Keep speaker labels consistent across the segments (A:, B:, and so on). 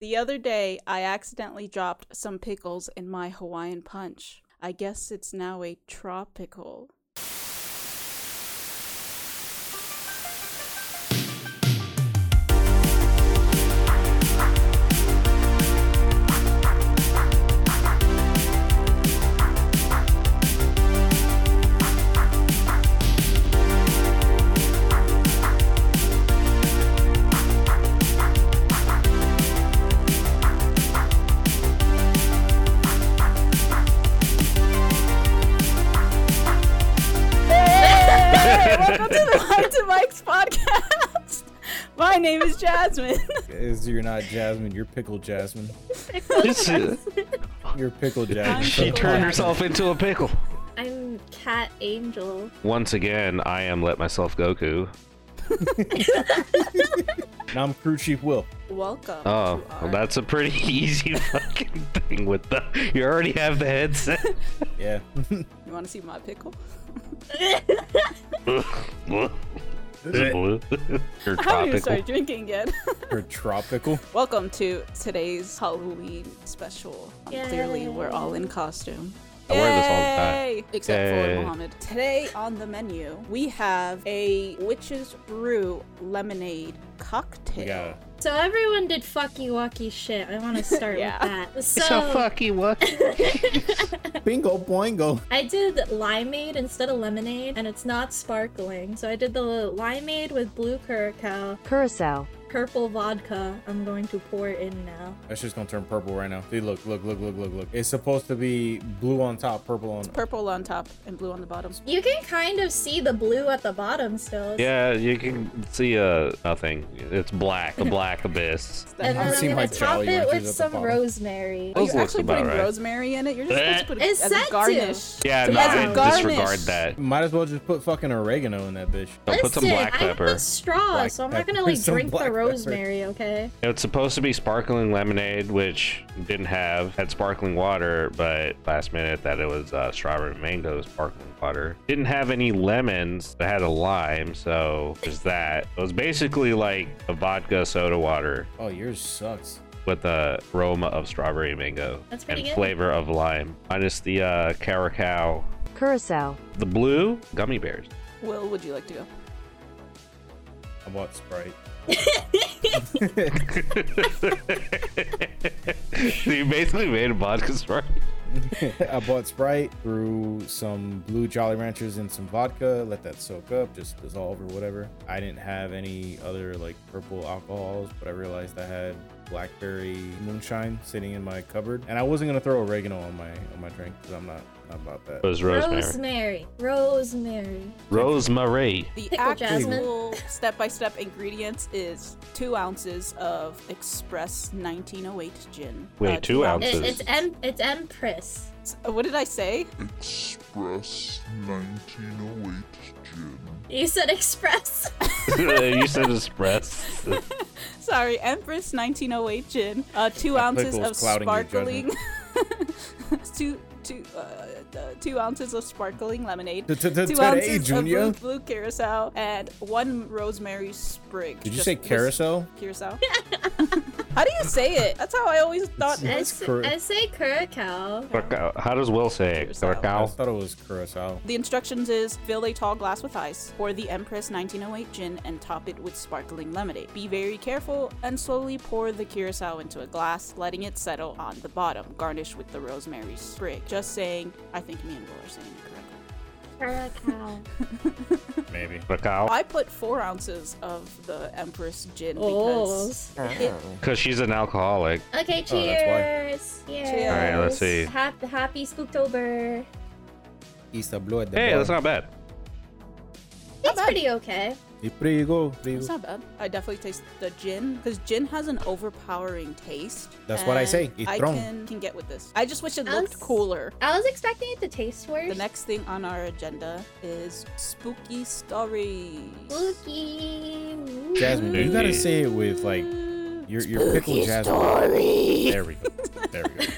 A: The other day, I accidentally dropped some pickles in my Hawaiian punch. I guess it's now a tropical. Welcome to the Mike to Mike's podcast. My name is Jasmine.
B: Is you're not Jasmine, you're pickle Jasmine.
C: This is-
B: You're pickle
A: I'm
B: Jasmine.
C: uh, she turned herself into a pickle.
D: I'm Cat Angel.
C: Once again, I am let myself Goku.
B: And I'm crew chief Will.
A: Welcome.
C: Oh,
A: to
C: well,
A: our-
C: that's a pretty easy fucking thing with the. You already have the headset.
B: Yeah.
A: You want to see my pickle?
C: You're
A: I haven't even
C: tropical.
A: started drinking yet.
B: Or tropical.
A: Welcome to today's Halloween special. Um, Clearly, we're all in costume.
C: I wear this all the time.
A: Yay! Except
C: Yay.
A: for Mohammed. Today on the menu, we have a witch's brew lemonade cocktail.
B: We got
D: So everyone did fucky wacky shit. I want to start
A: Yeah.
D: with that. So,
C: It's a fucking Oh, what?
B: bingo boingo.
D: I did limeade instead of lemonade, and it's not sparkling. So I did the limeade with blue curacao,
E: Curacao.
D: purple vodka. I'm going to pour in now.
B: That's just gonna turn purple right now. See, look, look, look, look, look, look. It's supposed to be blue on top, purple on.
A: Purple on top and blue on the bottom.
D: You can kind of see the blue at the bottom still.
C: Yeah, you can see uh nothing. It's black, the black abyss.
D: And then
B: I've
D: I'm
B: seen
D: gonna
B: my
D: top
B: Jolly
D: it
B: Ranchers at the
D: with some
B: bottom. Oh,
D: rosemary.
A: Are
C: Those
A: you
C: looks
A: actually
C: about
A: putting
C: right.
A: rosemary in it? You're just supposed to put it
D: It's
A: as
D: said
A: a
D: to.
A: garnish.
C: Yeah, no,
A: as a
C: I
A: garnish.
C: disregard that.
B: Might as well just put fucking oregano in that bitch.
C: No, put some
D: Listen,
C: black
D: I have
C: pepper.
D: a straw,
B: Black
D: so I'm not gonna
B: pepper,
D: like
B: some
D: drink
B: black
D: the
B: pepper.
D: rosemary, okay?
C: It's supposed to be sparkling lemonade, which didn't have had sparkling water, but last minute that it was uh, strawberry and mango sparkling water. Didn't have any lemons. It had a lime, so there's that. It was basically like a vodka soda water
B: Oh, yours sucks.
C: with the aroma of strawberry and mango
D: That's pretty
C: and
D: good.
C: flavor of lime, minus the uh, caracal.
E: Curacao.
C: The blue gummy bears.
A: Will, would you like to go?
B: I bought Sprite.
C: you basically made a vodka sprite.
B: I bought Sprite, threw some blue Jolly Ranchers in some vodka, let that soak up, just dissolve or whatever. I didn't have any other like purple alcohols, but I realized I had blackberry moonshine sitting in my cupboard, and I wasn't gonna throw oregano on my on my drink because I'm not not about that.
C: It was rosemary.
D: Rosemary. Rosemary.
C: Rosemary.
A: The
D: Pickle jasmine.
A: actual step-by-step ingredients is two ounces of Express 1908 gin.
C: Wait,
A: Uh,
C: two
D: It,
C: ounces?
D: it's em- it's Empress.
A: Uh, What did I say?
F: Express 1908 Gin.
D: You said Express.
C: you said express.
A: Sorry, Empress 1908 gin. Uh, two
B: That
A: ounces
B: pickle's
A: of
B: clouding your
A: sparkling. two two uh, uh, two ounces of sparkling lemonade.
B: T- t- t-
A: Two
B: Today,
A: ounces of
B: Junior.
A: blue, blue curacao and one rosemary sprig.
B: Did you
A: Just
B: say
A: whisk-
B: carousel?
A: Curacao. how do you say it? That's how I always thought.
B: It's-
D: I,
B: That's
D: s-
B: cor-
D: I say curacao.
C: Curacao. How does Will say it?
A: Curacao.
B: I
C: Curacao.
B: thought it was curacao.
A: The instructions is fill a tall glass with ice or the Empress 1908 gin and top it with sparkling lemonade. Be very careful and slowly pour the curacao into a glass, letting it settle on the bottom. Garnish with the rosemary sprig. Just saying, I think me and Will are saying it correctly.
D: Curacao.
B: Maybe.
C: Curacao.
A: I put four ounces of the Empress gin
D: Oh.
A: because
C: Because she's an alcoholic.
D: Okay,
B: Oh,
D: cheers. cheers.
A: Cheers. Alright,
C: let's see.
D: Happy, happy Spooktober.
B: Isa blood.
C: Hey, that's not bad.
D: It's pretty okay.
B: Prigo,
A: it's
B: prigo.
A: not bad. I definitely taste the gin because gin has an overpowering taste.
B: That's what I
A: and
B: say,
A: I
B: itron.
A: can, can get with this. I just wish it
D: Us-
A: looked cooler.
D: I was expecting it to taste worse.
A: The next thing on our agenda is spooky stories.
D: Spooky. Ooh.
B: Jasmine, you gotta say it with like your your pickle Jasmine. There we go. There we go.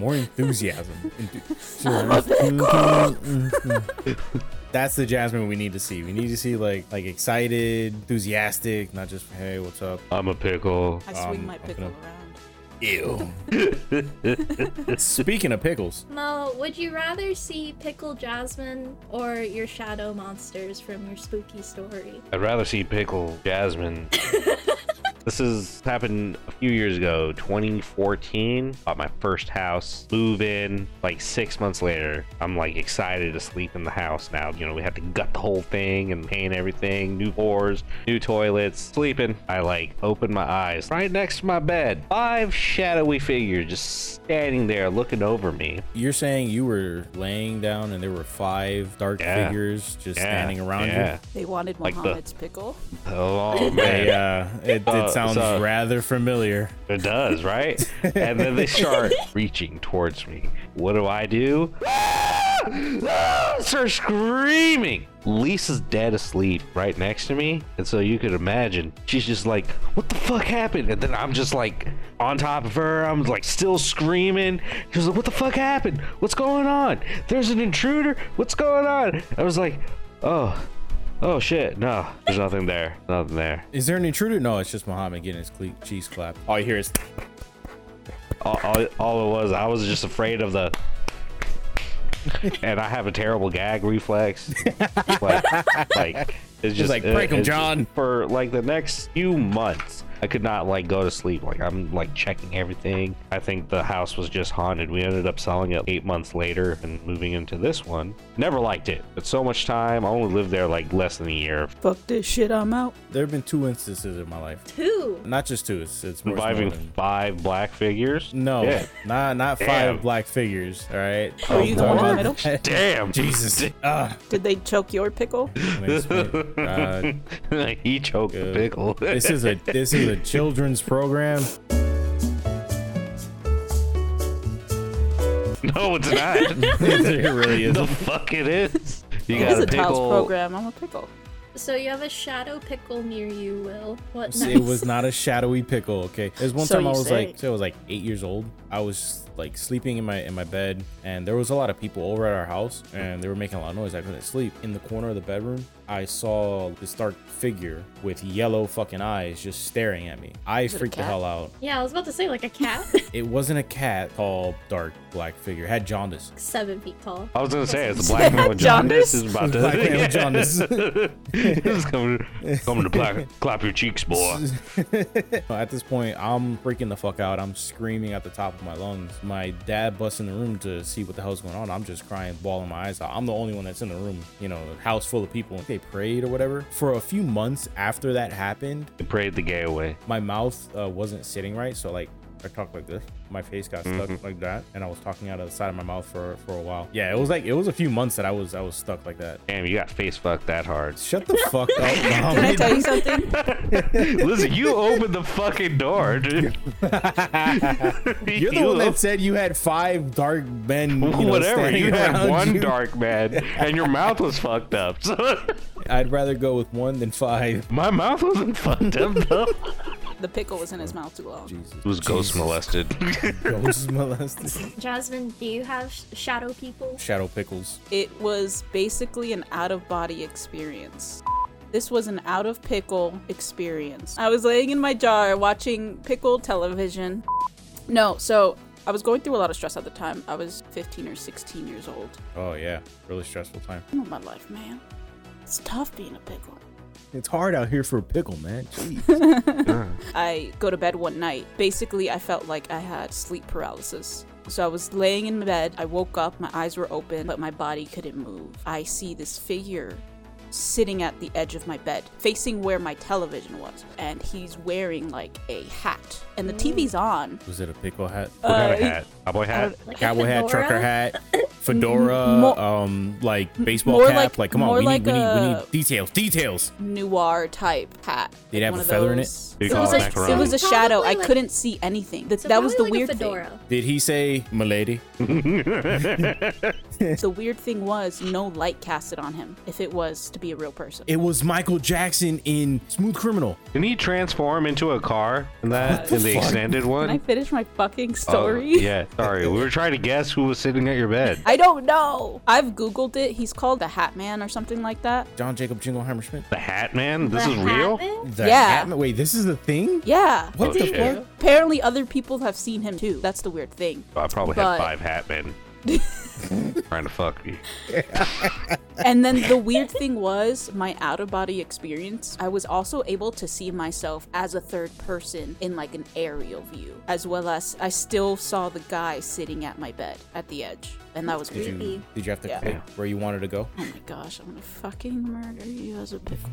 B: More enthusiasm. Enthu- That's the Jasmine we need to see. We need to see like like excited, enthusiastic, not just hey, what's up?
C: I'm a pickle.
A: I swing
B: Um,
A: my
B: I'm
A: pickle
B: gonna-
A: around.
B: Ew. Speaking of pickles,
D: Mo, would you rather see Pickle Jasmine or your shadow monsters from your spooky story?
C: I'd rather see Pickle Jasmine. this is happened a few years ago, 2014. Bought my first house, move in. Like six months later, I'm like excited to sleep in the house now. You know, we had to gut the whole thing and paint everything, new floors, new toilets. Sleeping, I like open my eyes. Right next to my bed, five shadowy figures just standing there, looking over me.
B: you're saying you were laying down and there were five dark
C: Yeah.
B: figures just
C: Yeah,
B: standing around
C: yeah.
B: you.
A: They wanted
C: Like the-
A: Mohammed's pickle.
C: Oh man,
B: They, uh, it,
C: Uh,
B: it sounds
C: so-
B: rather familiar.
C: It does, right? and then they start reaching towards me. What do I do? Ah! Ah! Start screaming. Lisa's dead asleep right next to me. And so you could imagine, she's just like, what the fuck happened? And then I'm just like on top of her. I'm like still screaming. She was like, what the fuck happened? What's going on? There's an intruder. What's going on? I was like, oh, oh shit. No, there's nothing there. Nothing there.
B: Is there an intruder? No, it's just Muhammad getting his cle- cheese clapped. All you hear is
C: all, all, all it was i was just afraid of the and i have a terrible gag reflex like, like it's just uh,
B: like, "Break 'em,
C: it's-
B: John."
C: for like the next few months i could not like go to sleep like i'm like checking everything i think the house was just haunted we ended up selling it eight months later and moving into this one never liked it but so much time i only lived there like less than a year
A: Fuck this shit, I'm out.
B: There have been two instances in my life.
D: Who?
B: Not just two. It's, it's more
C: surviving
B: than-
C: five black figures
B: No,
C: yeah.
B: not not
C: Damn.
B: five black figures. All right.
C: Oh,
A: Were Oh, you the
B: Talking
A: one in the
B: about-
A: middle?
C: damn
B: Jesus. Ah,
A: Did they choke your pickle?
B: I mean, it's been- God.
C: he choked the
B: Good.
C: pickle
B: Uh, this is a this is a children's program.
C: No, it's not.
B: it really
C: the
B: isn't.
C: fuck it is. You
A: It is
C: got
A: a
C: a
A: child's
C: pickle.
A: program. I'm a pickle.
D: So you have a shadow pickle near you, Will. What nice.
B: It was not a shadowy pickle. Okay. There's one
A: So
B: time I
A: you
B: was
A: say.
B: like, so I was like eight years old. I was like sleeping in my in my bed, and there was a lot of people over at our house, and they were making a lot of noise. I couldn't sleep. In the corner of the bedroom, I saw this dark figure with yellow fucking eyes just staring at me. I
A: it a
B: freaked the
A: cat?
B: hell out.
D: Yeah, I was about to say like a cat.
B: It wasn't a cat. Tall, dark, black figure had jaundice.
D: Seven feet tall.
C: I was gonna say it's a black man with jaundice. is about to.
B: Black man with jaundice.
C: It's coming, coming to black, clap your cheeks, boy.
B: At this point, I'm freaking the fuck out. I'm screaming at the top of my lungs. My dad busts in the room to see what the hell's going on. I'm just crying, bawling my eyes out. I'm the only one that's in the room. You know, the house full of people. They prayed or whatever. For a few months after that happened,
C: They prayed the gay away.
B: my mouth uh, wasn't sitting right. So like. I talked like this. My face got stuck like that, and I was talking out of the side of my mouth for for a while. Yeah, it was like it was a few months that I was I was stuck like that.
C: Damn, you got face fucked that hard.
B: Shut the fuck up, mom.
A: Can I tell you something?
C: Listen, you opened the fucking door, dude.
B: You're the one that said you had five dark men. You know,
C: Whatever,
B: standing
C: you had
B: around
C: one
B: you.
C: dark man, and your mouth was fucked up. So
B: I'd rather go with one than five.
C: my mouth wasn't fucked up though.
A: The pickle was in his mouth too long.
B: Jesus.
C: It was ghost molested.
B: Ghost molested.
D: Jasmine, do you have sh- shadow people?
B: Shadow pickles.
A: It was basically an out of body experience. This was an out of pickle experience. I was laying in my jar watching pickle television. No, so I was going through a lot of stress at the time. I was 15 or 16 years old.
B: Oh yeah, really stressful time.
A: Oh, my life, man. It's tough being a pickle.
B: It's hard out here for a pickle, man. Jeez.
A: I go to bed one night. Basically, I felt like I had sleep paralysis. So I was laying in bed. I woke up, my eyes were open, but my body couldn't move. I see this figure sitting at the edge of my bed, facing where my television was, and he's wearing like a hat. And
D: Mm.
A: the TV's on.
B: Was it a pickle hat?
C: What kind of
A: Uh,
C: hat? Cowboy hat?
D: Like a
B: Cowboy hat,
D: fedora?
B: trucker hat, fedora,
A: Mo-
B: um, like baseball
A: more
B: cap. Like,
A: like-
B: come on,
A: more
B: we,
A: like
B: need, we need we
A: a-
B: need details, details.
A: Noir type hat. Like
B: Did it have
A: one
B: a
A: of
B: feather in it?
A: those-
C: Did he
A: It
C: call
A: was,
C: it
A: a,
C: macaroni?
A: it was a shadow.
D: Probably
A: I
D: like-
A: couldn't see anything. That,
D: So
A: that was the
D: probably like
A: weird
D: a
A: thing.
D: fedora.
B: Did he say milady?
A: The weird thing was no light casted on him if it was to be a real person.
B: It was Michael Jackson in Smooth Criminal.
C: Can he transform into a car in that in the
B: fuck?
C: extended one?
A: Can I finish my fucking
C: Oh,
A: story?
C: yeah, sorry. We were trying to guess who was sitting at your bed.
A: I don't know. I've Googled it. He's called the Hat Man or something like that.
B: John Jacob Jingleheimer Schmidt.
C: The Hat Man. This
D: The
C: is real.
D: Hatman?
B: that
A: Yeah.
B: happened? Wait, this is the thing?
A: Yeah.
B: What
C: Oh,
B: the
C: shit.
B: fuck?
A: Apparently, other people have seen him too. That's the weird thing.
C: Oh, I probably
A: But-
C: had five hat men trying to fuck me.
A: And then the weird thing was my out of body experience. I was also able to see myself as a third person in like an aerial view, as well as I still saw the guy sitting at my bed at the edge. And that was
B: Did
A: weird.
B: you,
D: Creepy.
B: did you have to
A: Yeah.
B: click where you wanted to go?
A: Oh my gosh, I'm gonna fucking murder you as a pickle.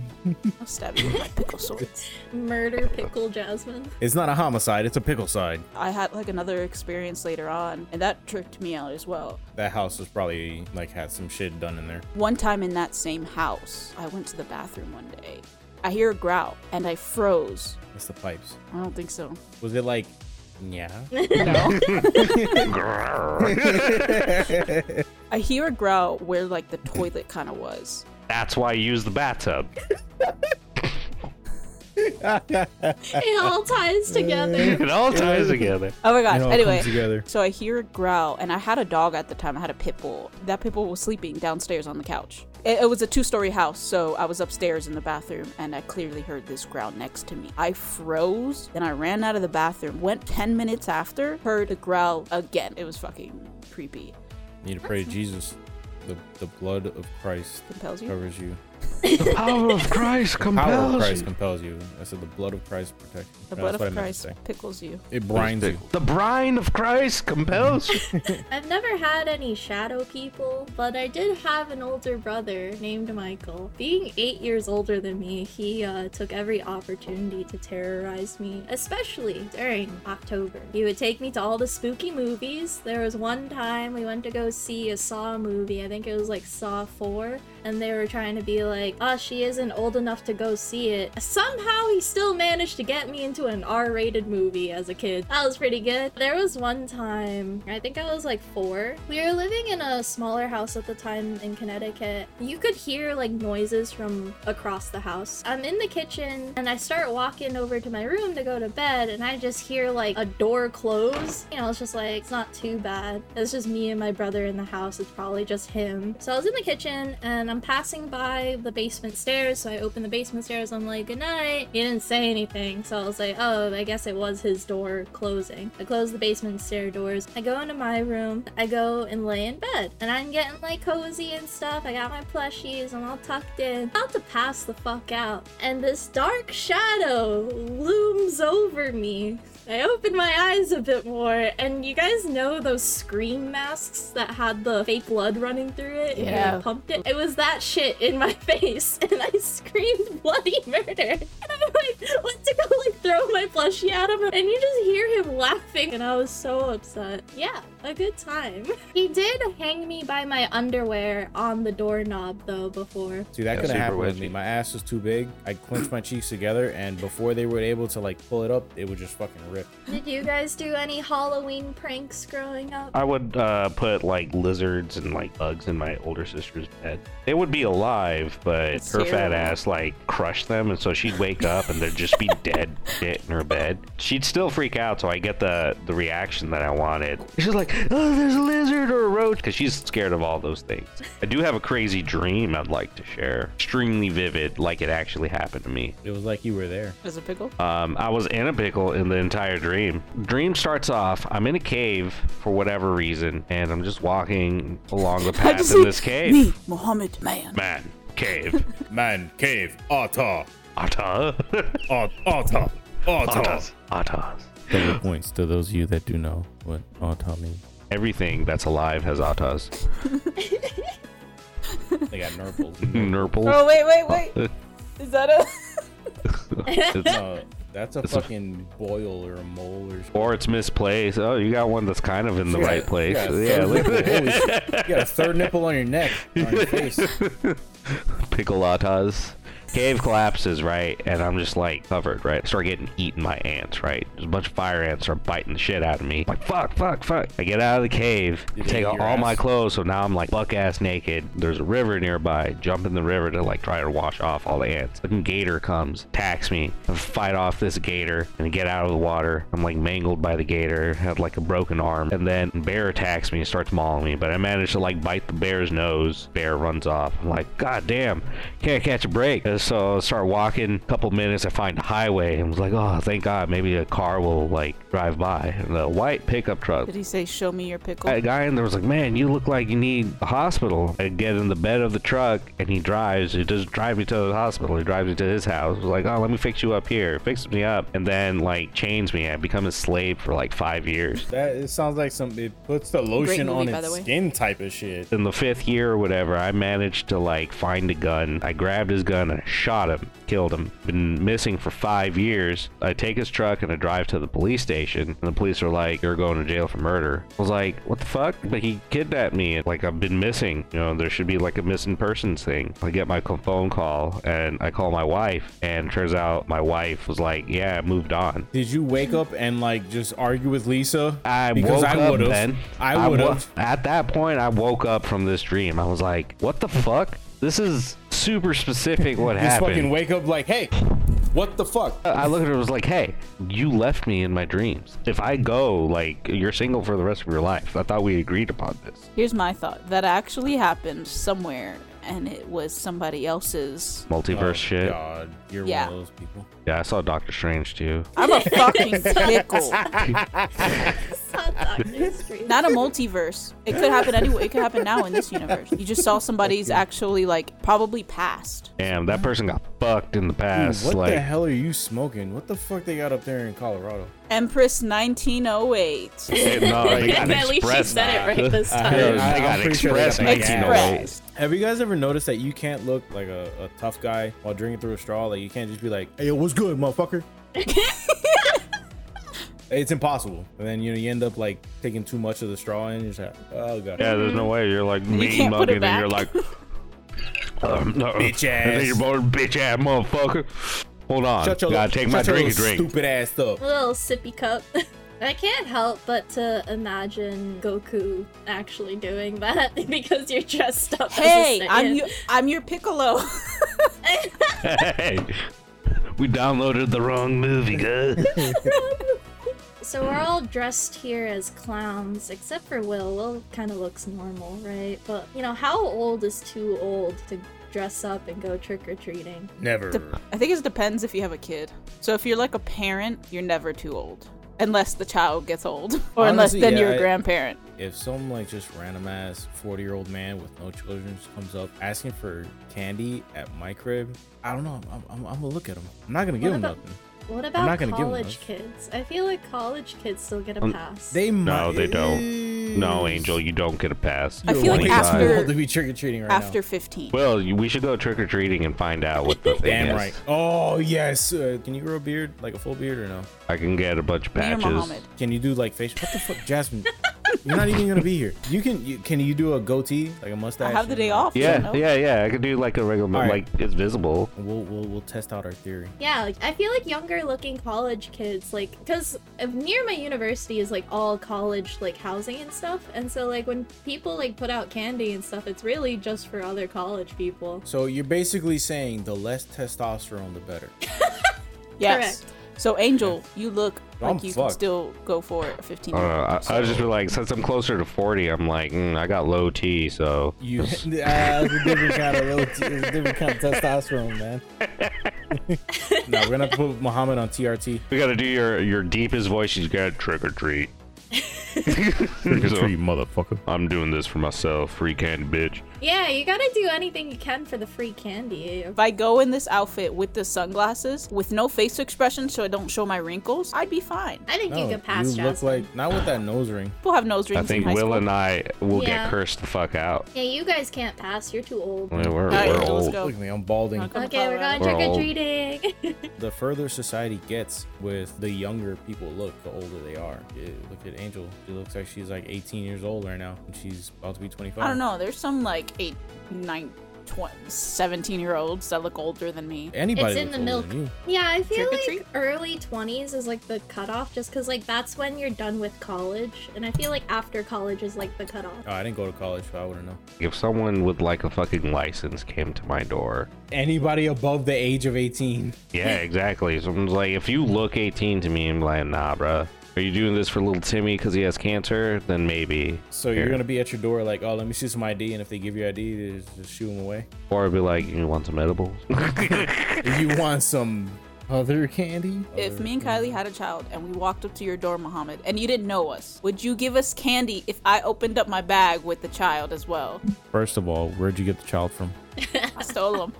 A: I'll stab you with my pickle sword.
D: Murder pickle Jasmine.
B: It's not a homicide, it's a pickle side.
A: I had like another experience later on, and that tricked me out as well.
B: That house was probably like had some shit done in there.
A: One time in that same house, I went to the bathroom one day. I hear a growl, and I froze.
B: It's the pipes.
A: I don't think so.
B: Was it like, yeah?
C: Grrr.
A: I hear a growl where like the toilet kind of was.
C: That's why I use the bathtub.
D: It all ties together.
C: It all ties together.
A: Oh my gosh.
B: It all
A: Anyway,
B: comes together.
A: so I hear a growl, and I had a dog at the time. I had a pit bull. That pit bull was sleeping downstairs on the couch. It, it was a two story house, so I was upstairs in the bathroom, and I clearly heard this growl next to me. I froze, and I ran out of the bathroom. Went 10 minutes after, heard a growl again. It was fucking creepy.
B: You need to pray to Jesus. The, the blood of Christ
A: Compels you?
B: covers you.
C: The power of Christ
B: Power of
C: compels
B: Christ
C: you.
B: compels you. I said the blood of Christ protects you.
A: The
B: No,
A: blood
B: that's what I
A: of
B: meant to
A: Christ
B: say.
A: pickles you.
B: It brines you.
C: The brine of Christ compels you.
D: I've never had any shadow people, but I did have an older brother named Michael. Being eight years older than me, he uh, took every opportunity to terrorize me, especially during October. He would take me to all the spooky movies. There was one time we went to go see a Saw movie, I think it was like Saw 4, and they were trying to be like, oh, she isn't old enough to go see it. Somehow he still managed to get me into an R rated movie as a kid. That was pretty good. There was one time, I think I was like four, we were living in a smaller house at the time in Connecticut. You could hear like noises from across the house. I'm in the kitchen and I start walking over to my room to go to bed, and I just hear like a door close. You know, it's just like, it's not too bad. It's just me and my brother in the house. It's probably just him. So I was in the kitchen and I'm passing by the basement stairs. So I open the basement stairs. I'm like, good night. He didn't say anything. So I was like, oh, I guess it was his door closing. I close the basement stair doors. I go into my room. I go and lay in bed. And I'm getting like cozy and stuff. I got my plushies. I'm all tucked in. About to pass the fuck out. And this dark shadow looms over me. I opened my eyes a bit more, and you guys know those scream masks that had the fake blood running through it? and you
A: Yeah.
D: Pumped it. It was that shit in my face, and I screamed bloody murder. And I'm like, went to go like throw my plushie at him, and you just hear him laughing, and I was so upset. Yeah, a good time. He did hang me by my underwear on the doorknob though before.
B: See, that
C: Yeah,
B: could have
C: super
B: happened with me.
C: wedgie.
B: My ass was too big. I clenched my cheeks together, and before they were able to like pull it up, it would just fucking rip.
D: Did you guys do any Halloween pranks growing up?
C: I would uh, put like lizards and like bugs in my older sister's bed. They would be alive, but
A: That's
C: her fat
A: terrible.
C: ass like crushed them, and so she'd wake up and there'd just be dead shit in her bed. She'd still freak out, so I get the the reaction that I wanted. She's like, "Oh, there's a lizard or a roach," because she's scared of all those things. I do have a crazy dream I'd like to share, extremely vivid, like it actually happened to me.
B: It was like you were there.
A: As a pickle?
B: Uh,
C: Um, I was in a pickle in the entire dream. Dream starts off. I'm in a cave for whatever reason, and I'm just walking along the path in
A: see
C: this cave.
A: Me, Mohammed, man.
C: Man, cave,
B: Man, cave, otter,
C: otter,
B: ot- otter,
C: otters, otters.
B: Double points to those of you that do know what otter means.
C: Everything that's alive has otters.
B: They got nurples.
A: Oh,
C: Nurples.
A: wait, wait, wait. Is that a.
C: It's-
B: no, Uh, that's a
C: It's a-
B: fucking boil or a mole or.
C: or it's misplaced. Oh, you got one that's kind of in the
B: Yeah,
C: right place.
B: yeah,
C: Yeah,
B: third
C: look at
B: nipple. Holy shit. You got a third nipple on your neck, on your face.
C: pickle otters. Cave collapses, right? And I'm just like covered, right? Start getting eaten by ants, right? There's a bunch of fire ants are biting the shit out of me. like, fuck, fuck, fuck. I get out of the cave,
B: Did they
C: take
B: eat
C: out
B: your
C: all my
B: ass?
C: clothes, so now I'm like buck ass naked. There's a river nearby. Jump in the river to like try to wash off all the ants. Fucking gator comes, attacks me. I fight off this gator and get out of the water. I'm like mangled by the gator, had like a broken arm. And then bear attacks me and starts mauling me, but I manage to like bite the bear's nose. Bear runs off. I'm like, God damn, can't catch a break. this, so I start walking. A couple minutes, I find a highway, and was like, oh, thank God, maybe a car will like drive by. And the white pickup truck.
A: Did he say, "Show me your pickle"?
C: That guy in there was like, man, you look like you need a hospital. I get in the bed of the truck, and he drives. He doesn't drive me to the hospital. He drives me to his house. was like, oh, let me fix you up here. Fixes me up, and then like chains me. I become a slave for like five years.
B: That it sounds like some. It puts the lotion
A: movie,
B: on
A: by
B: its
A: the way.
B: skin type of shit.
C: in the fifth year or whatever, I managed to like find a gun. I grabbed his gun and I shot him, killed him. Been missing for five years. I take his truck and I drive to the police station. And the police are like, "You're going to jail for murder." I was like, "What the fuck?" But he kidnapped me. Like I've been missing. You know, there should be like a missing persons thing. I get my co- phone call and I call my wife, and turns out my wife was like, "Yeah, I moved on."
B: Did you wake up and like just argue with Lisa?
C: I woke up
B: would've.
C: then.
B: I would
C: wo-
B: have.
C: At that point, I woke up from this dream. I was like, "What the fuck? This is super specific. What
B: Just
C: happened?"
B: fucking wake up like, hey, what the fuck?
C: I looked at her and was like, hey, you left me in my dreams. If I go, like, you're single for the rest of your life. I thought we agreed upon this.
A: Here's my thought. That actually happened somewhere, and it was somebody else's.
C: Multiverse shit.
B: Oh, God, you're
A: Yeah.
B: one of those people.
C: Yeah, I saw Doctor Strange too.
A: I'm a fucking pickle.
D: Doctor Strange.
A: Not a multiverse. It could happen anywhere. It could happen now in this universe. You just saw somebody's actually like probably past.
C: Damn, that person got fucked in the past.
B: What
C: like,
B: the hell are you smoking? What the fuck they got up there in Colorado?
A: Empress 1908.
C: eh, no, they got
D: At least she
C: expressed.
D: said it right this
B: I-
C: Yeah,
D: time.
B: I-
C: they
B: I'm
C: got
B: pretty sure they
C: expressed
B: got that gas.
C: 1908.
A: Express.
B: Have you guys ever noticed that you can't look like a, a tough guy while drinking through a straw? Like you can't just be like, "Hey, yo, what's good, motherfucker?" it's impossible. And then you know you end up like taking too much of the straw and you're just like, "Oh god."
C: Yeah, there's no way. You're like mean
A: can't put it
C: mugging and you're like,
A: back.
C: um, no,
B: Bitch
C: and then
B: ass.
C: you're born bitch ass motherfucker. Hold on,
B: Shut your
C: gotta
B: little-
C: take
B: shut
C: my
B: your
C: drink and
B: little
C: drink.
B: Stupid ass up.
D: Little sippy cup. I can't help but to imagine Goku actually doing that because you're dressed up. as
A: Hey,
D: a
A: I'm
D: Saiyan.
A: your, I'm your piccolo.
C: Hey, we downloaded the wrong movie, good.
D: So we're all dressed here as clowns, except for Will. Will kind of looks normal, right? But you know, how old is too old to dress up and go trick or treating?
B: Never.
A: I think it depends if you have a kid. So if you're like a parent, you're never too old. Unless the child gets old. Or unless
B: Honestly,
A: then
B: yeah,
A: you're a
B: I-
A: grandparent.
B: if some like just random ass 40 year old man with no children just comes up asking for candy at my crib, I don't know. I'm, I'm, I'm gonna look at him. I'm not gonna give him
D: about-
B: nothing.
D: What
B: not
D: about
B: gonna give him
D: college
B: those. Um,
D: kids? I feel like college kids still get a pass.
B: They
C: No,
B: might-
C: they don't. No, Angel, you don't get a pass.
A: I feel like
B: way too
A: after-
B: old to be trick or treating right
A: after
B: now.
A: 15.
C: Well, you- we should go trick or treating and find out what the thing
B: Damn
C: is.
B: right. Oh yes. Uh, can you grow a beard like a full beard or no?
C: I can get a bunch of
A: You're
C: patches.
A: Muhammad.
B: Can you do like facial? What the fuck, Jasmine? You're not even gonna be here. You can. You, can you do a goatee like a mustache?
A: I have the
B: and-
A: day off. you
C: Yeah,
A: know?
C: yeah, yeah. I could do like a regular,
B: All right.
C: like it's visible.
B: We'll, we'll we'll test out our theory.
D: Yeah, like, I feel like younger looking college kids, like, because near my university is like all college, like housing and stuff. And so, like, when people like put out candy and stuff, it's really just for other college people.
B: So you're basically saying the less testosterone, the better.
A: Yes.
D: Correct.
A: So Angel, you look
B: I'm
A: like you can
B: fucked.
A: still go for a 15
C: I
A: year
C: don't
A: old.
C: know. I, I was just like, since I'm closer to 40, I'm like, mm, I got low T, so
B: You, uh, it's a different kind of little, it's a different kind of testosterone, man. no, we're gonna put Muhammad on TRT.
C: we gotta do your your deepest voice. You got trick or treat. So,
B: motherfucker.
C: I'm doing this for myself, free candy, bitch.
D: Yeah, you gotta do anything you can for the free candy. eh?
A: If I go in this outfit with the sunglasses, with no face expression so I don't show my wrinkles, I'd be fine.
D: I think
B: No,
D: you could pass,
B: you look
D: Jasmine.
B: like not with that nose ring.
A: People have nose rings
C: I think
A: in high
C: Will
A: school.
C: and I will
D: Yeah.
C: get cursed the fuck out.
D: Yeah, you guys can't pass. You're too old.
C: We're, we're
A: Alright, let's
C: old.
A: go.
B: Look at me, I'm balding.
A: Okay.
D: Okay, we're going
C: We're
D: trick or
C: old.
D: treating.
B: The further society gets with the younger people look, the older they are. Yeah, look at Angel. She looks like she's like 18 years old right now, and she's about to be 25.
A: I don't know. There's some like 8, 9, 20, 17 year olds that look older than me.
B: Anybody
D: It's in
B: looks older
D: the milk.
B: than you.
D: yeah, I
A: Trick
D: feel
A: or
D: like
A: treat?
D: early 20s is like the cutoff just because, like, that's when you're done with college. And I feel like after college is like the cutoff.
B: Oh, I didn't go to college, so I wouldn't know.
C: If someone with like a fucking license came to my door,
B: Anybody above the age of 18.
C: yeah, exactly. Someone's like, if you look 18 to me, I'm like, nah, bruh. Are you doing this for little Timmy because he has cancer? Then maybe.
B: So
C: Here.
B: you're gonna be at your door like, oh, let me see some ID, and if they give you ID, they just- just shoo them away.
C: Or be like, you want some edibles?
B: If you want some other candy,
A: If
B: Other
A: me and
B: candy.
A: Kylie had a child and we walked up to your door, Muhammad, and you didn't know us, would you give us candy if I opened up my bag with the child as well?
B: First of all, where'd you get the child from?
A: I stole them.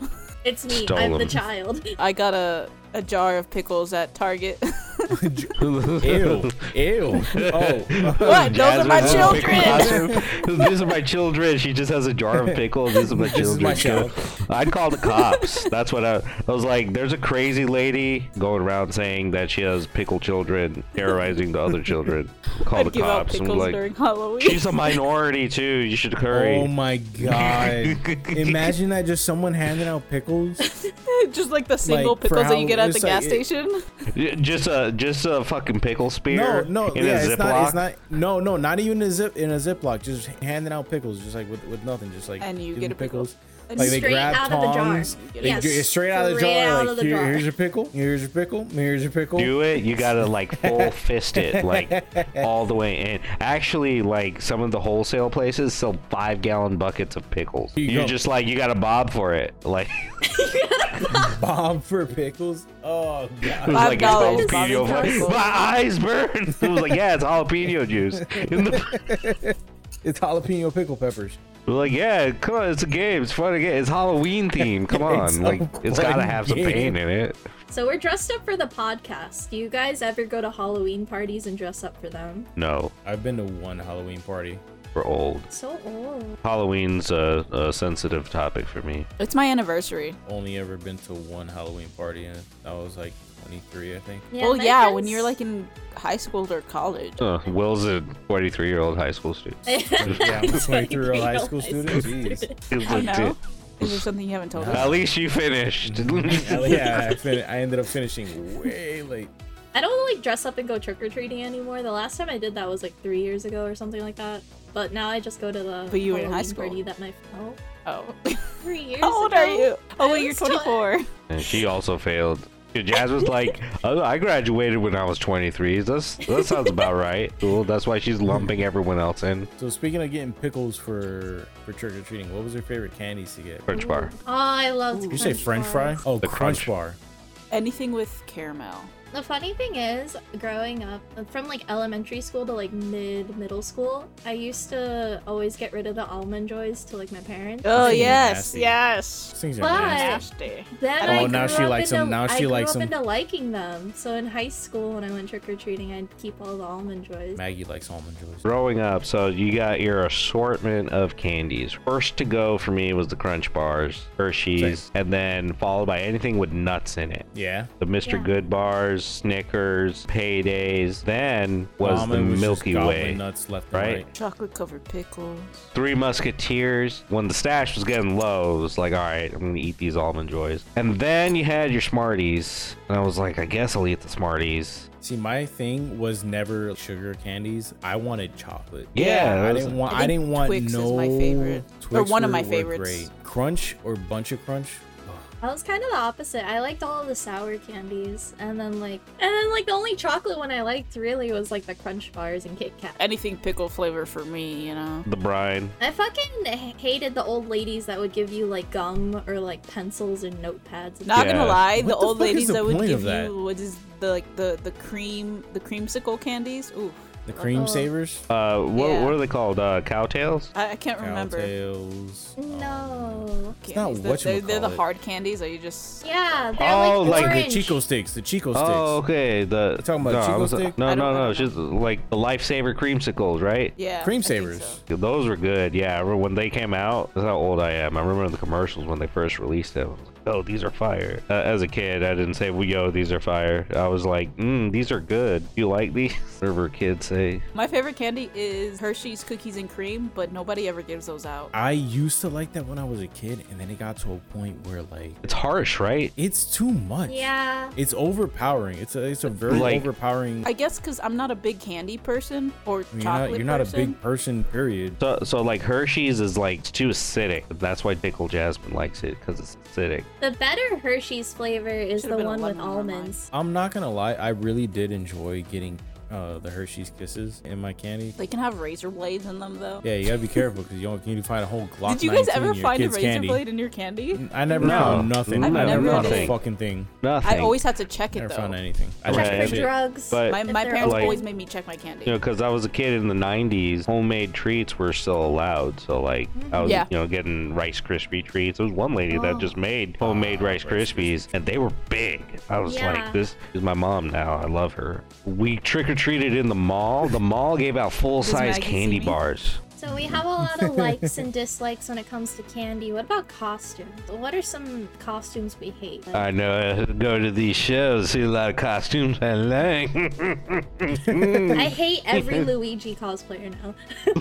D: It's me.
C: Stole
D: I'm the
C: them.
D: child.
A: I got a, a jar of pickles at Target.
B: Ew, ew. Oh,
A: what? Those are my
C: Jasmine's in a pickle
A: children.
C: costume. These are my children. She just has a jar of pickles. These are my
B: This is
C: children.
B: my
C: I'd call the cops. That's what I, I was like. There's a crazy lady going around saying that she has pickle children, terrorizing the other children. Call
A: I'd
C: the
A: give out
C: cops. and be
A: pickles
C: like,
A: during Halloween.
C: she's a minority too. You should hurry.
B: oh my god! Imagine that just someone handing out pickles.
A: Just like the single
B: for
A: pickles that you
B: Halloween,
A: get at the
B: it's
A: gas
B: like- it-
A: station.
C: just a just a fucking pickle
B: No,
C: spear.
B: no,
C: in
B: yeah,
C: a
B: it's not,
C: Ziploc.
B: it's not. No, no, not even a zip in a ziploc. Just handing out pickles, just like with, with nothing, just like
A: And you
B: give
A: get
B: them
A: a pickle. And
B: Like they
D: straight
B: grab
D: out of the jar.
B: tongs, they
D: Yes,
B: dr- straight out of the
D: straight
B: jar.
D: out
B: like,
D: of the
B: "Here-
D: jar."
B: Here's your pickle. Here's your pickle. Here's your pickle.
C: do it, you gotta like full fist it, like all the way in. Actually, like some of the wholesale places sell five gallon buckets of pickles.
B: you
C: You're
B: go.
C: just like you gotta bob for it, like it
B: Bomb for pickles. Oh god.
C: was
A: Five
C: like
A: dollars,
C: it's jalapeno.
A: bobbing
C: flavor.
A: pickles.
C: My eyes burn. It was like yeah, it's jalapeno juice. In the,
B: It's jalapeno pickle peppers.
C: we're like yeah, come on, it's a game. It's fun again. It's Halloween theme. Come on,
B: It's a
C: like it's gotta
B: fun
C: have some
B: game.
C: pain in it.
D: So we're dressed up for the podcast. Do you guys ever go to Halloween parties and dress up for them?
C: No,
B: I've been to one Halloween party.
C: we're old.
D: So old.
C: Halloween's a, a sensitive topic for me.
A: It's my anniversary.
B: Only ever been to one Halloween party and I was like 23, I think.
A: Oh well,
D: my
A: yeah, when
D: friends-
A: you're like in high school or college.
C: Uh, Will's a 43 year old high school student.
B: Yeah, I'm a 23 year old high
D: Real
B: school
D: high
B: student. Jeez.
A: I know. Is there something you haven't told us?
C: At least you finished.
B: Hell yeah, I, fin- I ended up finishing way late.
D: I don't like dress up and go trick or treating anymore. The last time I did that was like three years ago or something like that. But now I just go to the
A: But you were in high
D: Halloween
A: school.
D: party that my oh
A: Oh.
D: three years.
A: How old are
D: ago.
A: you? Oh,
D: I
A: wait, you're
D: was tw-
A: 24.
C: and she also failed. Jazz was like, "Oh, I graduated when I was 23. That's, that sounds about right. Cool. That's why she's lumping everyone else in.
B: So speaking of getting pickles for for trick or treating, what was your favorite candies to get?
C: French bar.
D: Oh, I loved.
B: You say French fry?
D: fries.
B: Oh,
C: The
B: Crunch
C: crunch.
B: Bar.
A: Anything with caramel.
D: The funny thing is, growing up, from like elementary school to like mid middle school, I used to always get rid of the almond joys to like my parents.
A: Oh,
B: These things are
A: yes,
B: nasty.
A: yes.
B: These things are
D: But-
B: nasty.
A: Nasty.
D: Then
B: Oh,
D: I
B: now
D: grew
B: she
D: up
B: likes
D: into,
B: 'em. Now
D: I
B: she
D: grew
B: likes
D: up
B: 'em.
D: into liking them. So in high school, when I went trick or treating, I'd keep all the almond joys.
B: Maggie likes almond joys.
C: Growing up, so you got your assortment of candies. First to go for me was the Crunch Bars, Hershey's,
B: Same.
C: and then followed by anything with nuts in it.
B: Yeah.
C: The Mr.
D: Yeah.
C: Good bars, Snickers, Paydays. Then was
B: Almond
C: the
B: just
C: Milky
B: gobbling
C: Way.
B: Nuts left and
C: right?
B: right.
A: Chocolate covered pickles.
C: Three Musketeers. When the stash was getting low, it was like, all right, I'm gonna eat these almond joys. And then you had your Smarties, and I was like, I guess I'll eat the Smarties.
B: See, my thing was never sugar candies. I wanted chocolate.
C: Yeah,
B: I
C: that was-
B: didn't want.
A: I
B: I,
A: think
B: didn't want
A: Twix is
B: no.
A: my favorite. Or one of
B: were-
A: my
B: were
A: favorites.
B: Crunch or bunch of crunch.
D: I was kind of the opposite. I liked all of the sour candies, and then like, and then like the only chocolate one I liked really was like the Crunch bars and Kit Kat.
A: Anything pickle flavor for me, you know?
C: The brine.
D: I fucking h- hated the old ladies that would give you like gum or like pencils and notepads. And
A: Not
C: Yeah.
A: gonna lie,
B: What
A: the,
B: the
A: old
B: fuck is
A: ladies
B: the
A: that would
B: point
A: give
B: of that?
A: you what is the like the the cream the creamsicle candies. Ooh,
B: The cream
D: Uh-oh.
B: savers.
C: Uh, what,
A: Yeah.
C: what are they called? Uh, cowtails.
A: I, I can't remember.
B: Cowtails. um,
D: No.
B: It's not
A: candies. They're- they're, they're the
B: whatchamacallit.
A: hard candies. Are you just
D: Yeah, they're
C: Oh,
D: like,
C: like the
B: the
D: orange.
B: Chico sticks. The Chico sticks.
C: Oh, okay. The
B: talking about
C: no, I
B: Chico
C: was-
B: stick?
A: I
C: no,
A: don't-
C: no,
A: I
C: no.
A: don't
C: It's just like the lifesaver creamsicles, right?
A: yeah I
B: Cream
A: think
B: savers.
A: so.
C: Those were good. Yeah, I remember when they came out. That's how old I am. I remember the commercials when they first released them. I was like, oh, these are fire. Uh, as a kid, I didn't say, well, yo, these are fire. I was like, mm, these are good. You like these? Whatever kids say.
A: My favorite candy is Hershey's cookies and cream, but nobody ever gives those out.
B: I used to like that when I was a kid, and then it got to a point where like
C: It's harsh, right?
B: it's too much.
D: Yeah.
B: It's overpowering. It's a it's a very
C: Like-
B: overpowering.
A: I guess because I'm not a big candy person or
B: I mean, you're not,
A: chocolate
B: you're not a
A: person.
B: big person, period.
C: So, so like Hershey's is like it's too acidic. That's why Pickle Jasmine likes it because it's acidic.
D: The better Hershey's flavor is
A: Should've
D: the
A: been a
D: one with
A: lemon on mine.
D: almonds.
B: I'm not gonna lie, I really did enjoy getting. I uh, the Hershey's Kisses in my candy.
A: They can have razor blades in them though.
B: Yeah, you gotta be careful because you don't you need to find a whole Glock.
A: Did you guys
B: 19
A: ever
B: in your
A: find a
B: kid's
A: razor
B: candy.
A: blade in your candy?
B: I never
C: No.
B: found nothing.
A: I've
B: I never
A: never
B: found a
A: done it.
B: fucking thing.
C: Nothing.
A: I always had to check it
B: Never
A: though.
B: found anything. I
C: Check
B: didn't
C: for
D: Check
B: touch
D: for
B: it.
D: drugs.
C: But-
A: My,
D: if
A: my
D: they're
A: parents
D: open.
A: always made me check my candy.
C: you know, because I was a kid in the '90s, homemade treats were still allowed. So like, I was,
A: Yeah.
C: you know, getting Rice Krispie treats. There was one lady
D: Oh.
C: that just made homemade
B: Ah,
C: Rice
B: Rice
C: Krispies, and they were big. I was
D: Yeah.
C: like, this is my mom now. I love her. We trick or treated in the mall. The mall gave out full size
A: Maggie see
C: candy
A: me?
C: bars.
D: So we have a lot of likes and dislikes when it comes to candy. What about costumes? What are some costumes we hate?
B: Uh,
C: I know. I go to these shows, see a lot of costumes I like. Mm,
D: I hate every Luigi cosplayer now.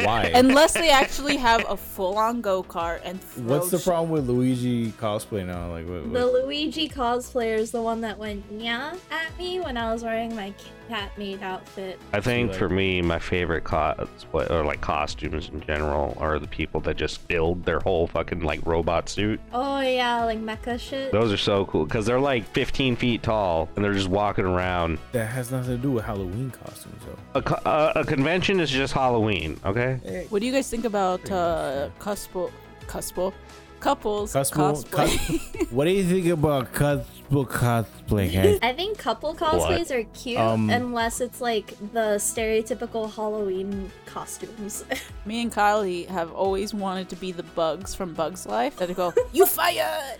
B: Why?
A: Unless they actually have a full-on go-kart and throw
B: What's the
A: sh-
B: problem with Luigi cosplay now? Like, what,
D: the
B: what?
D: Luigi cosplayer is the one that went yeah at me when I was wearing my cat maid outfit.
C: I think
B: like-
C: for me, my favorite cosplay or like costumes in general are the people that just build their whole fucking like robot suit.
D: Oh yeah, like mecha shit.
C: Those are so cool because they're like 15 feet tall and they're just walking around.
B: that has nothing to do with Halloween costumes, though.
C: A, co- a, a convention is just Halloween, okay?
A: What do you guys think about uh cuspo cuspo couples
B: Cosplay.
A: cosplay?
B: what do you think about cosplay cosplay? guys?
D: I think couple cosplays are cute
B: Um,
D: unless it's like the stereotypical Halloween costumes.
A: Me and Kylie have always wanted to be the bugs from Bugs Life that go, "You fired!"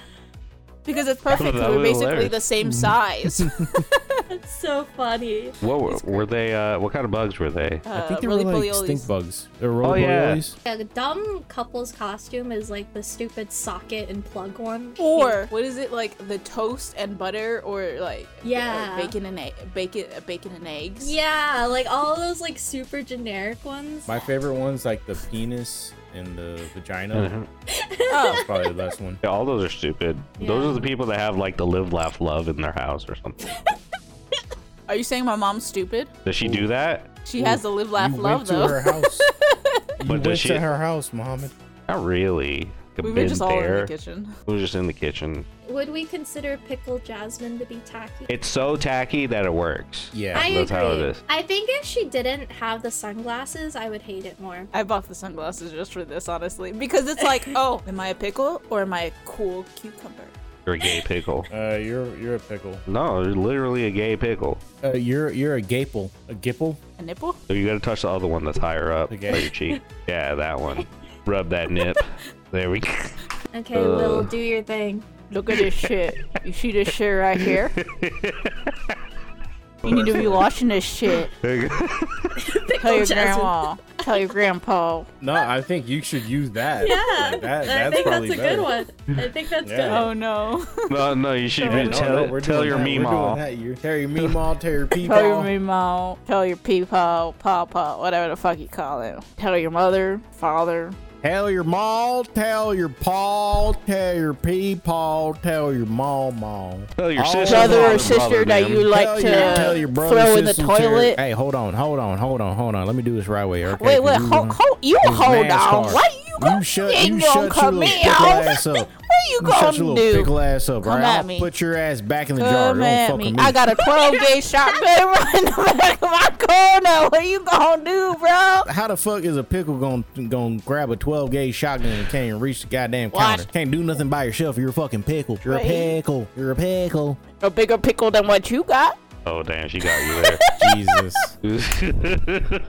A: Because it's perfect. 'cause
C: That
A: we're
C: was
A: basically
C: hilarious. Mm.
A: the same size.
D: That's so funny.
C: What were, were they? Uh, what kind of bugs were they?
B: I
A: Uh,
B: think they were
A: really
B: like
A: polioles.
B: stink bugs. They're roly
C: Oh, yeah.
B: polies.
D: A dumb couple's costume is like the stupid socket and plug one.
A: Or what is it like the toast and butter or like
D: Yeah.
A: uh, bacon and egg bacon uh, bacon and eggs?
D: Yeah, like all those like super generic ones.
B: My favorite one's like the penis and the
C: Uh-huh.
B: vagina.
A: Oh,
B: That's probably the last one.
C: Yeah, all those are stupid. Those
D: Yeah.
C: are the people that have like the live, laugh, love in their house or something.
A: are you saying my mom's stupid?
C: Does she do that?
A: She has the live laugh
B: you
A: love
B: went to
A: though.
B: her house. you
C: does
B: went
C: she-
B: to her house, Mohammed.
C: Not really.
A: we were
C: Been
A: just all in
C: there.
A: the kitchen.
C: We were just in the kitchen.
D: Would we consider pickle jasmine to be tacky?
C: It's so tacky that it works.
B: Yeah.
D: I
C: that's
D: agree.
C: how it is.
D: I think if she didn't have the sunglasses, I would hate it more.
A: I bought the sunglasses just for this, honestly, because it's like, oh, am I a pickle or am I a cool cucumber?
C: You're a gay pickle.
B: Uh, you're you're a pickle.
C: No, you're literally a gay pickle.
B: Uh, you're you're a gapel. A gipple.
A: A nipple?
C: So you gotta touch the other one that's higher up
B: Okay.
C: by your cheek. Yeah, that one. Rub that nip. There we go.
D: Okay, Will, do your thing.
A: Look at this shit. You see this shit right here? You need to be watching this shit. Tell your
D: Jasmine.
A: grandma. Tell your grandpa.
B: No, I think you should use that.
D: Yeah,
B: Like, that-
D: I
B: that's
D: think that's
B: probably
D: a
B: better.
D: good one. I think that's
B: Yeah.
D: good.
A: Oh no.
C: No, no, you should
B: Yeah,
C: be
B: no,
C: tell,
B: no, we're
C: tell
B: doing
C: your
B: that. We're doing
C: meemaw.
B: that. You're- Tell your meemaw. Tell your
A: Tell your
B: peepaw.
A: mom. Tell your peepaw, papa, whatever the fuck you call it. Tell your mother, father.
B: Tell your maw. Tell your paw. Tell your peepaw. Tell your maw maw.
C: Tell your
B: All
C: sister,
B: Tell
A: Brother
B: your
A: or
C: mother,
A: sister that
C: man.
A: you like
B: tell
A: to
B: your, tell your brother,
A: throw in the
B: sister, tell your-
A: toilet.
B: hey, hold on, hold on, hold on, hold on. Let me do this right way. Okay?
A: Wait, wait,
B: 'Cause you uh,
A: hold,
B: gonna-
A: hold, you
B: It's
A: hold on.
B: NASCAR.
A: What you gonna,
B: You shut,
A: ain't
B: you
A: gonna
B: shut your
A: cut
B: little
A: me
B: pickle
A: off?
B: ass up.
A: What you
B: You shut your
A: gonna
B: little
A: do?
B: pickle ass up,
A: Come
B: right?
A: at
B: I'll
A: me.
B: put your ass back in the jar.
A: Come
B: Don't
A: at
B: fuck
A: me.
B: with
A: I got a 12 gauge shotgun right in the back of my corner. What you gonna do, bro?
B: How the fuck is a pickle gonna gonna grab a 12 gauge shotgun and can't even reach the goddamn
A: Watch.
B: counter? Can't do nothing by yourself. You're a fucking pickle. You're
A: Right.
B: a pickle. You're a pickle.
A: A bigger pickle than what you got.
C: Oh damn, she got
B: Jesus.
C: you there.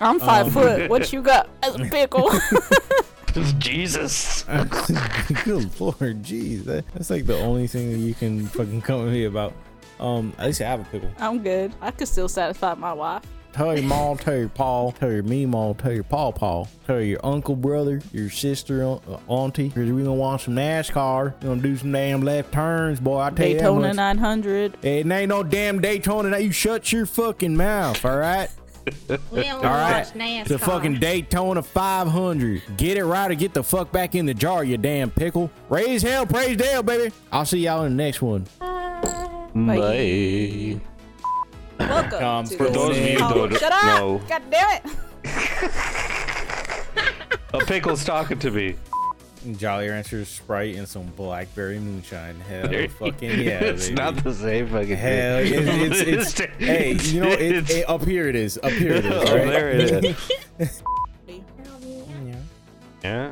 A: I'm
B: Um,
A: five foot. What you got as a pickle?
C: Jesus.
B: Good lord, jeez. That, that's like the only thing that you can fucking come at me about. Um, at least I have a pickle.
A: I'm good. I could still satisfy my wife.
B: Tell your mom, tell your pa, tell your me mom, tell your paw paw, tell your uncle, brother, your sister, un- uh, auntie. Cause we gonna watch some NASCAR. We gonna do some damn left turns, boy. I tell you
A: Daytona
B: that much.
A: 900.
B: It ain't no damn Daytona. Now you shut your fucking mouth, all right?
D: We don't
B: All right.
D: watch NASCAR.
B: The fucking Daytona 500. Get it right or get the fuck back in the jar, you damn pickle. Raise hell, praise Dale, baby. I'll see y'all in the next one.
D: Ah.
C: Bye.
A: Welcome.
B: Um,
A: to-
B: for those of you
A: Oh,
C: who don't
A: shut up.
C: know-
A: God damn it.
C: A pickle's talking to me.
B: Jolly Rancher Sprite and some blackberry moonshine. Hell,
C: There-
B: fucking yeah!
C: it's
B: baby.
C: not the same fucking
B: Hell,
C: thing.
B: it's, it's, it's hey, you know, it, it, up here it is. Up here it is.
C: oh,
B: Right?
C: there it is.
D: Um,
B: Yeah.
C: Yeah.